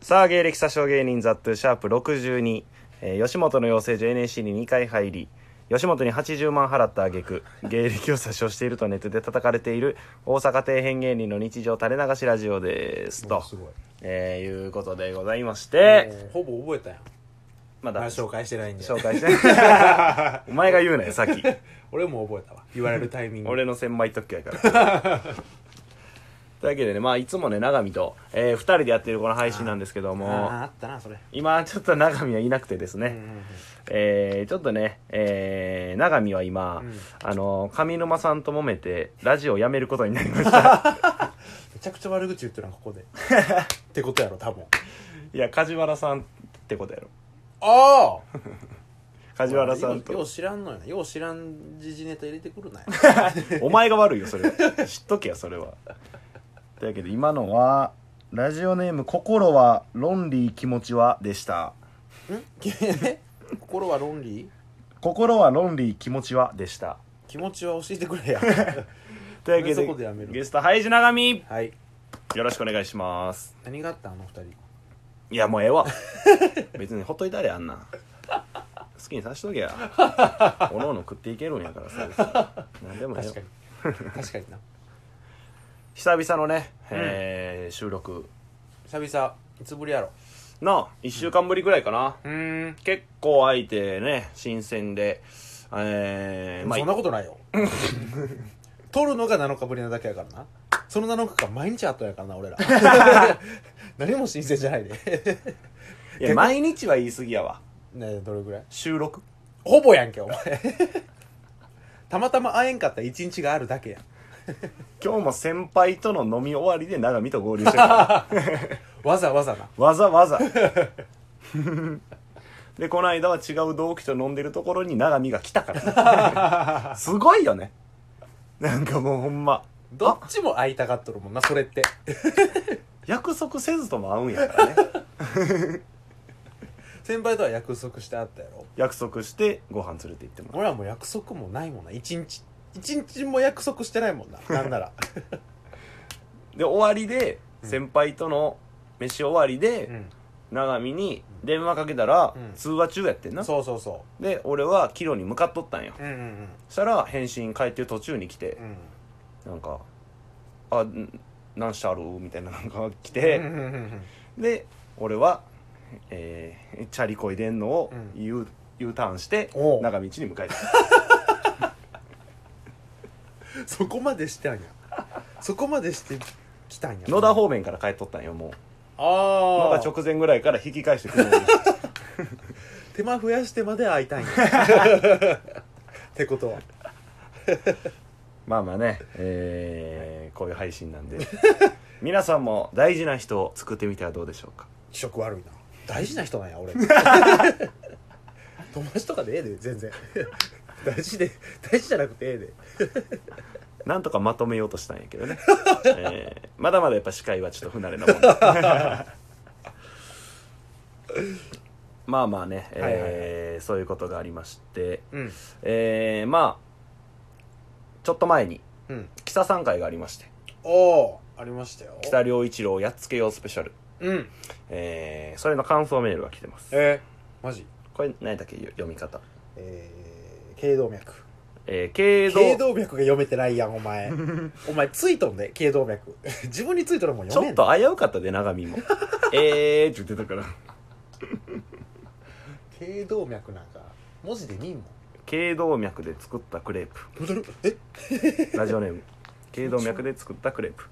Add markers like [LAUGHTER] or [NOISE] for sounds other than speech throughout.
さあ芸歴詐称芸人ザットゥシャープ62、えー吉本の養成所 NSC に2回入り吉本に80万払った挙句芸歴を詐称しているとネットで叩かれている大阪底辺芸人の日常垂れ流しラジオですとおすごいえーいうことでございましてほぼ覚えたやんままだだ紹紹介してないんで介して [LAUGHS] お前が言うなよさっき俺も覚えたわ言われるタイミン [LAUGHS] グ俺の千枚特許やからというわけでねまあいつもね永見と、え2人でやってるこの配信なんですけどあもーあったなそれ今ちょっと永見はいなくてですね、うんうんうんえーちょっとね、えー、永見は今、うんあの上沼さんと揉めてラジオをやめることになりま [LAUGHS] しためちゃくちゃ悪口言ってるなこ [LAUGHS] こでってことやろ多分いや梶原さんってことやろああ梶原さんようと知らんのよなよう知らん時事ネタ入れて [LAUGHS] くるなよお前が悪いよそれは知っとけやそれはというわけで今のはラジオネーム「心はロンリー気持ちは」でしたんえ心はロンリー「心はロンリー気持ちは」でした気持ちは教えてくれや [LAUGHS] というわけそこでやめでるゲストハイジ永見はいよろしくお願いします何があったあの二人いやもうええわ [LAUGHS] 別にほっといたれあんなん好きにさしとけやおのおの食っていけるんやからさ何でもええ確わかに確かにな久々のね、えー収録久々いつぶりやろの1週間ぶりぐらいかな、うん結構空いてね新鮮でえー、まそんなあことないよ [LAUGHS] 撮るのが7日ぶりなだけやからなその7日間毎日あったやからな [LAUGHS] 俺ら何も新鮮じゃないで [LAUGHS] いや毎日は言い過ぎやわねえどれぐらい収録ほぼやんけお前 [LAUGHS] たまたま会えんかった一日があるだけやん今日も先輩との飲み終わりで長見と合流してるからわざわざなわざわざ [LAUGHS] でこの間は違う同期と飲んでるところに永見が来たから [LAUGHS] すごいよねなんかもうほんまどっちも会いたがっとるもんなそれって約束せずとも会うんや [LAUGHS] からね先輩とは約束して会ったやろ約束してご飯連れて行ってもらう俺らもう約束もないもんな一日一日も約束してないもんななん [LAUGHS] ならで終わりで先輩との飯終わりうでん永見に電話かけたらうん通話中やってんな、そうそうそで俺は帰路に向かっとったんよううんうんしたら返信帰ってる途中に来てうんうんなんか「あんなんしてある?」みたいななんか来て、うんうんうんうんで俺は、えーチャリこいでんのをうん U,、U ターンしておう長道に向かえたそこまでしてんやそこまでしてきたんや野田方面から帰っとったんよもうあ野あ田直前ぐらいから引き返してくる手間増やしてまで会いたい [LAUGHS] んやってことは [LAUGHS] まあまあね、えーこういう配信なん [LAUGHS] で皆さんも大事な人を作ってみてはどうでしょうか気色悪いな大事な人なんや俺 [LAUGHS] 友達とかでええで全然 [LAUGHS] 大事で大事じゃなくてええでなんとかまとめようとしたんやけ [LAUGHS] どね、えーまだまだやっぱ司会はちょっと不慣れなもんでまあまあね、えーはいはいそういうことがありましてうんえー、まあちょっと前にうん北さん会がありましておおありましたよ北良一郎をやっつけようスペシャル、うんえー、それの感想メールが来てますえー、マジこれ何だっけよ読み方えー、頸動脈えー、軽度頸動脈が読めてないやんお前 [LAUGHS] お前ついとんで頸動脈自分についとるもんち読ょめっんと危うかったで長 [LAUGHS] 見もえーって言ってたから頸動脈なんか文字で見んもん頸動脈で作ったクレープえラジオネー [LAUGHS] ム頸動脈で作ったクレープ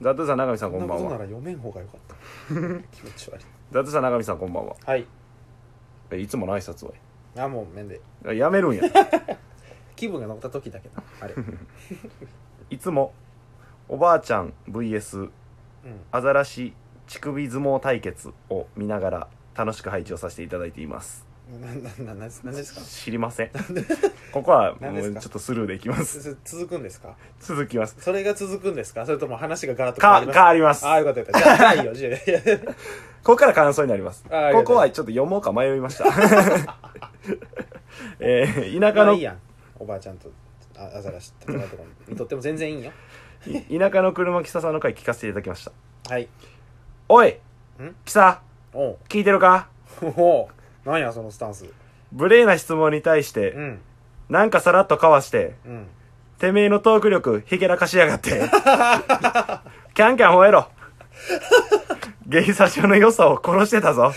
ザトゥさん長見さんここんんなばこんとならは読めん方がよかった [LAUGHS] 気持ち悪いザトゥさん長見さんこんばんははいえいつもの挨拶はあもう面でえやめるんや気分が乗った時だけなあ [LAUGHS] れうんいつもおばあちゃん VS アザラシ乳首相撲対決を見ながら楽しく配置をさせていただいていますなななななんですか知りま [LAUGHS] せんここは何もですうかちょっとスルーでいき [LAUGHS] ますつ続くんですか続きますそれが続くんですかそれとも話がガラッとか変わりますああーよかったよかったじゃあじゃあいいよじゃあいいよ [LAUGHS] ここから感想になりますあありがとこうこはちょっと読もうか迷いました [LAUGHS] えー田舎まあのいいやんおばあちゃんとあアザラシ戦うとこにとっても全然いいんよい田舎の車木ささんの回聞かせていただきましたはいおい、んキサおう聞いてるかおうなんやそのスタンス無礼な質問に対しうて、んなんかさらっとかわして、うんてめえのトーク力ひけらかしやがって。キャンキャン吠えろ。ゲイサショの良さを殺してたぞ。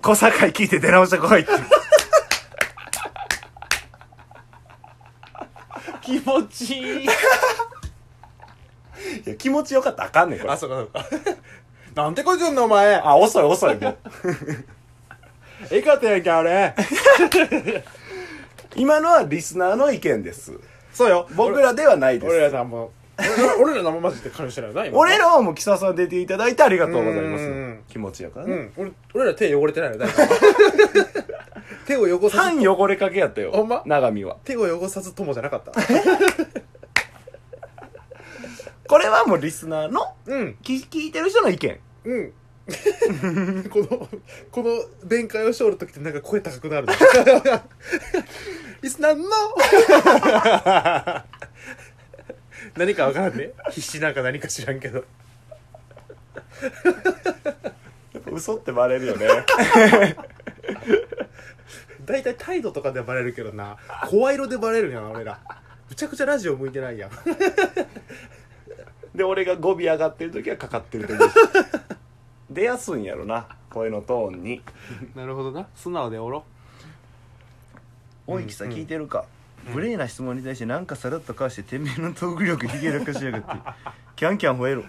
小堺聞いて出直してこいって。気持ちいいいや、気持ちよかったらあかんねん、こあ。そうかそうか [LAUGHS] なんてこいつんのお前あ、遅い遅い、もう。ええかったやんけあれ今のはリスナーの意見です。そうよ僕らではないです。俺らさんも俺 [LAUGHS] 俺ら生マジで感じてないよな今俺らはもう木澤さん出ていただいてありがとうございまうんうすん。気持ちよかったうね。ん俺俺ら手汚れてないよ誰も [LAUGHS] 手を汚さず半汚れかけやったよ。ほんま長見は。手を汚さずともじゃなかったこれはもうリスナーの、うん聞聞いてる人の意見。うん [LAUGHS] このこの弁解をしておる時ってなんか声高くなる [LAUGHS] ねリスナーの [LAUGHS] 何かわからんね必死なんか何か知らんけどやっぱ嘘ってバレるよね。大体態度とかでバレるけどな声色でバレるやん俺らむちゃくちゃラジオ向いてないやん [LAUGHS] で、俺が語尾上がってる時はかかってる時。 [LAUGHS] 出やすいんやろな、声のトーンに。なるほどな素直でおろおい、木さ聞いてるか。無礼な質問に対してなんかさらっとかわしててめえのトーク力ひげらかし [LAUGHS] やがってキャンキャン吠えろ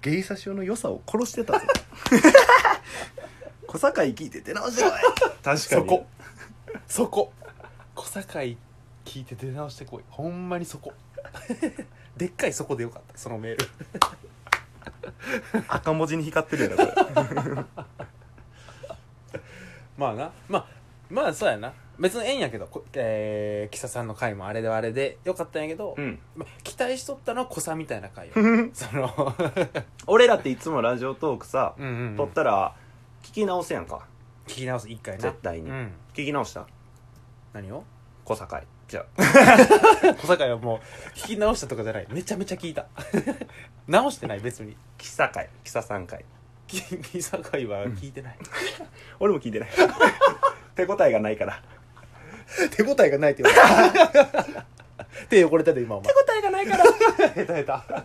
ゲイサシオの良さを殺して [LAUGHS] たぞ小堺聞いて出直してこい確かにそこそこ小堺聞いて出直してこいほんまにそこ [LAUGHS] でっかいそこでよかったそのメール赤文字に光ってるよなこれまあなまあまあそうやな別にええんやけどこえー、キサさんの回もあれではあれでよかったんやけど、うんまあ期待しとったのは小さみたいな回よそ [LAUGHS] の俺らっていつもラジオトークさ、うんうん、うん、撮ったら聞き直せやんか聞き直す一回な絶対にうん、聞き直した何 [LAUGHS] を小堺じゃ [LAUGHS] 小堺はもう聞き直したとかじゃないめちゃめちゃ聞いた [LAUGHS] 直してない別に木堺木佐さん会き [LAUGHS] 木堺は聞いてない、俺も聞いてない [LAUGHS] 手応えがないから手応えがないって言われた手汚れたで今お前手応えがないから [LAUGHS] 下手下手下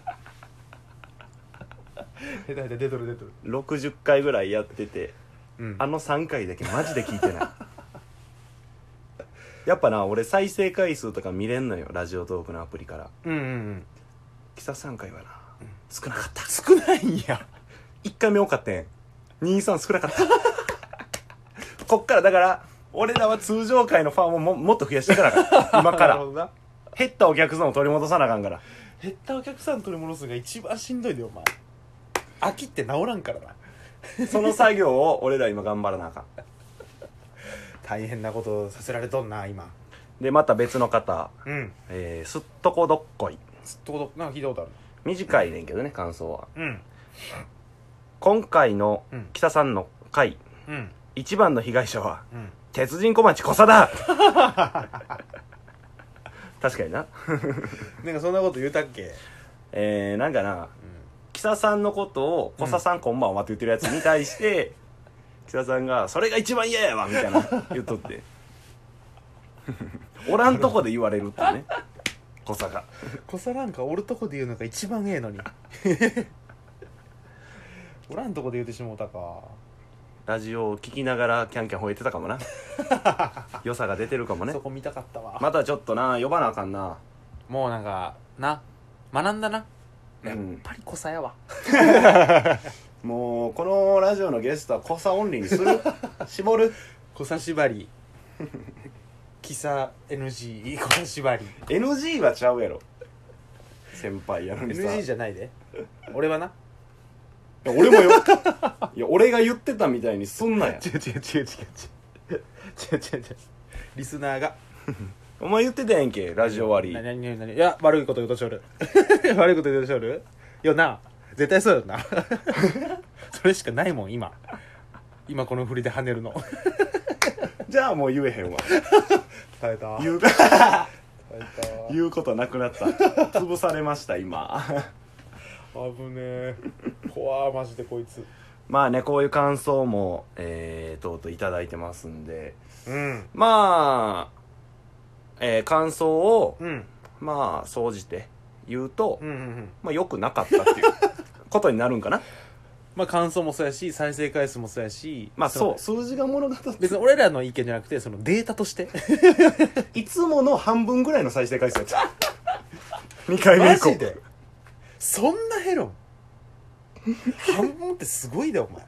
手下手出とる出とる60回ぐらいやっててうんあの3回だけマジで聞いてない [LAUGHS] やっぱな俺再生回数とか見れんのよラジオトークのアプリからうんうんうん木佐さん会はな少なかった少ないんや1回目多かったん23少なかった [LAUGHS] こっからだから俺らは通常回のファンをももっと増やしてからか今かなるらほどな減ったお客さんを取り戻さなあかんから減ったお客さん取り戻すのが一番しんどいでお前飽きって治らんからなその作業を俺ら今頑張らなあかん大変なことさせられとんな今でまた別の方うんえー、すっとこどっこいずっとことなんか聞いたことある短いねんけどね感想はうん今回のうん北さんの回うん一番の被害者はうん鉄人小町小佐 [LAUGHS] だ確かにななんかそんなこと言うたっけえー、なんかなう木佐さんのことを「小佐さんこんばんは」って言ってるやつに対して、木佐さんが「それが一番嫌やわ」みたいな言っとって [LAUGHS] おらんとこで言われるってね小佐がん小さなんかおるとこで言うのが一番ええのに [LAUGHS] おらんとこで言うてしもうたかラジオを聞きながらキャンキャン吠えてたかも [LAUGHS] な良さが出てるかもねそこ見たかったわ、またちょっとな呼ばなあかんなもうなんかな学んだなうんやっぱり小さ [LAUGHS] やわ、もうこのラジオのゲストは小佐オンリーにする [LAUGHS] 絞る小さ縛りキサ NG 小さ縛り NG はちゃうやろ先輩やのにさ NG じゃないで俺はないや俺もよ [LAUGHS] いや俺が言ってたみたいにすんなや [LAUGHS] 違う違う違う違う違う違う違う違うリスナーがお前言ってたやんけラジオ終わ何り何何何いや悪いこと言うとしょる [LAUGHS] 悪いこと言うとしょるよな絶対そうよな [LAUGHS] それしかないもん今今この振りで跳ねるのじゃあもう言えへんわ耐えた言う [LAUGHS] 言うことなくなった潰されました今危ねえ怖マジでこいつまあねこういう感想もえー、とうとういただいてますんでうんまあ、えー感想をうんまあ総じて言うと、うんうんうんまあ良くなかった [LAUGHS] っていうことになるんかなまあ感想もそうやし再生回数もそうやしまあそうの数字が物語って別に俺らの意見じゃなくてそのデータとしていつもの半分ぐらいの再生回数やった2回目以降 [LAUGHS] そんなヘロン半分ってすごいだよお前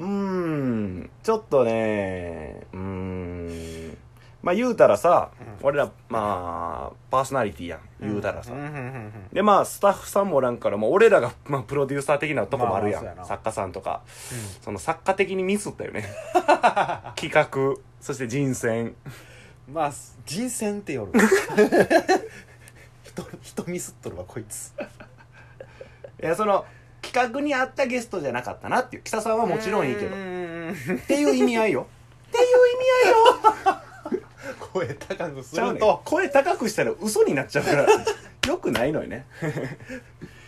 うーんちょっとねうーんまあ言うたらさ、うん俺らまあパーソナリティやん言うたらさ、んんうんうんでまあスタッフさんもおらんから、まあ、俺らが、 [LAUGHS] まあ、プロデューサー的なとこもあるやん、まあまあそうやな作家さんとかその作家的にミスった [LAUGHS] よね企画そして人選うんまあ人選ってよる人人ミスっとるわこいついやその企画に合ったゲストじゃなかったなっていう北さんはもちろんいいけどうっんていう意味合い [LAUGHS] よ声高くすちゃうるねと声高くしたら嘘になっちゃうからよくないのよ [LAUGHS] ね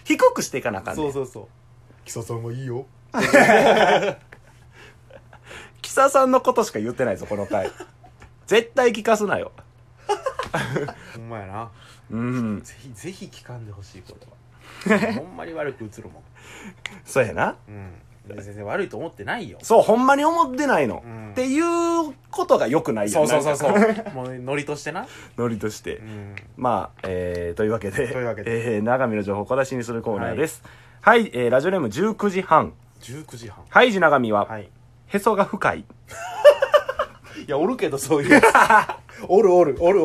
低くしていかなあかんねそんうそうそう木曽さんはいいよ木佐さんのことしか言ってないぞこの回絶対聞かすなよほんまやなうんぜひぜひ聞かんでほしいこ [LAUGHS] れはほんまに悪く映るもんそうやなうん全然悪いと思ってないよそうほんまに思ってないの、うんっていうことがよくないよそうそうそううそうもうノリとしてな [LAUGHS] ノリとして、うんまあ、えー、というわけで、というわけえー、長見の情報を小出しにするコーナーです。はい、えー、ラジオネーム19時半。 19時半ハイジ長見は、はいへそが深い。 [LAUGHS] いやおるけどそういうやつおるおるおる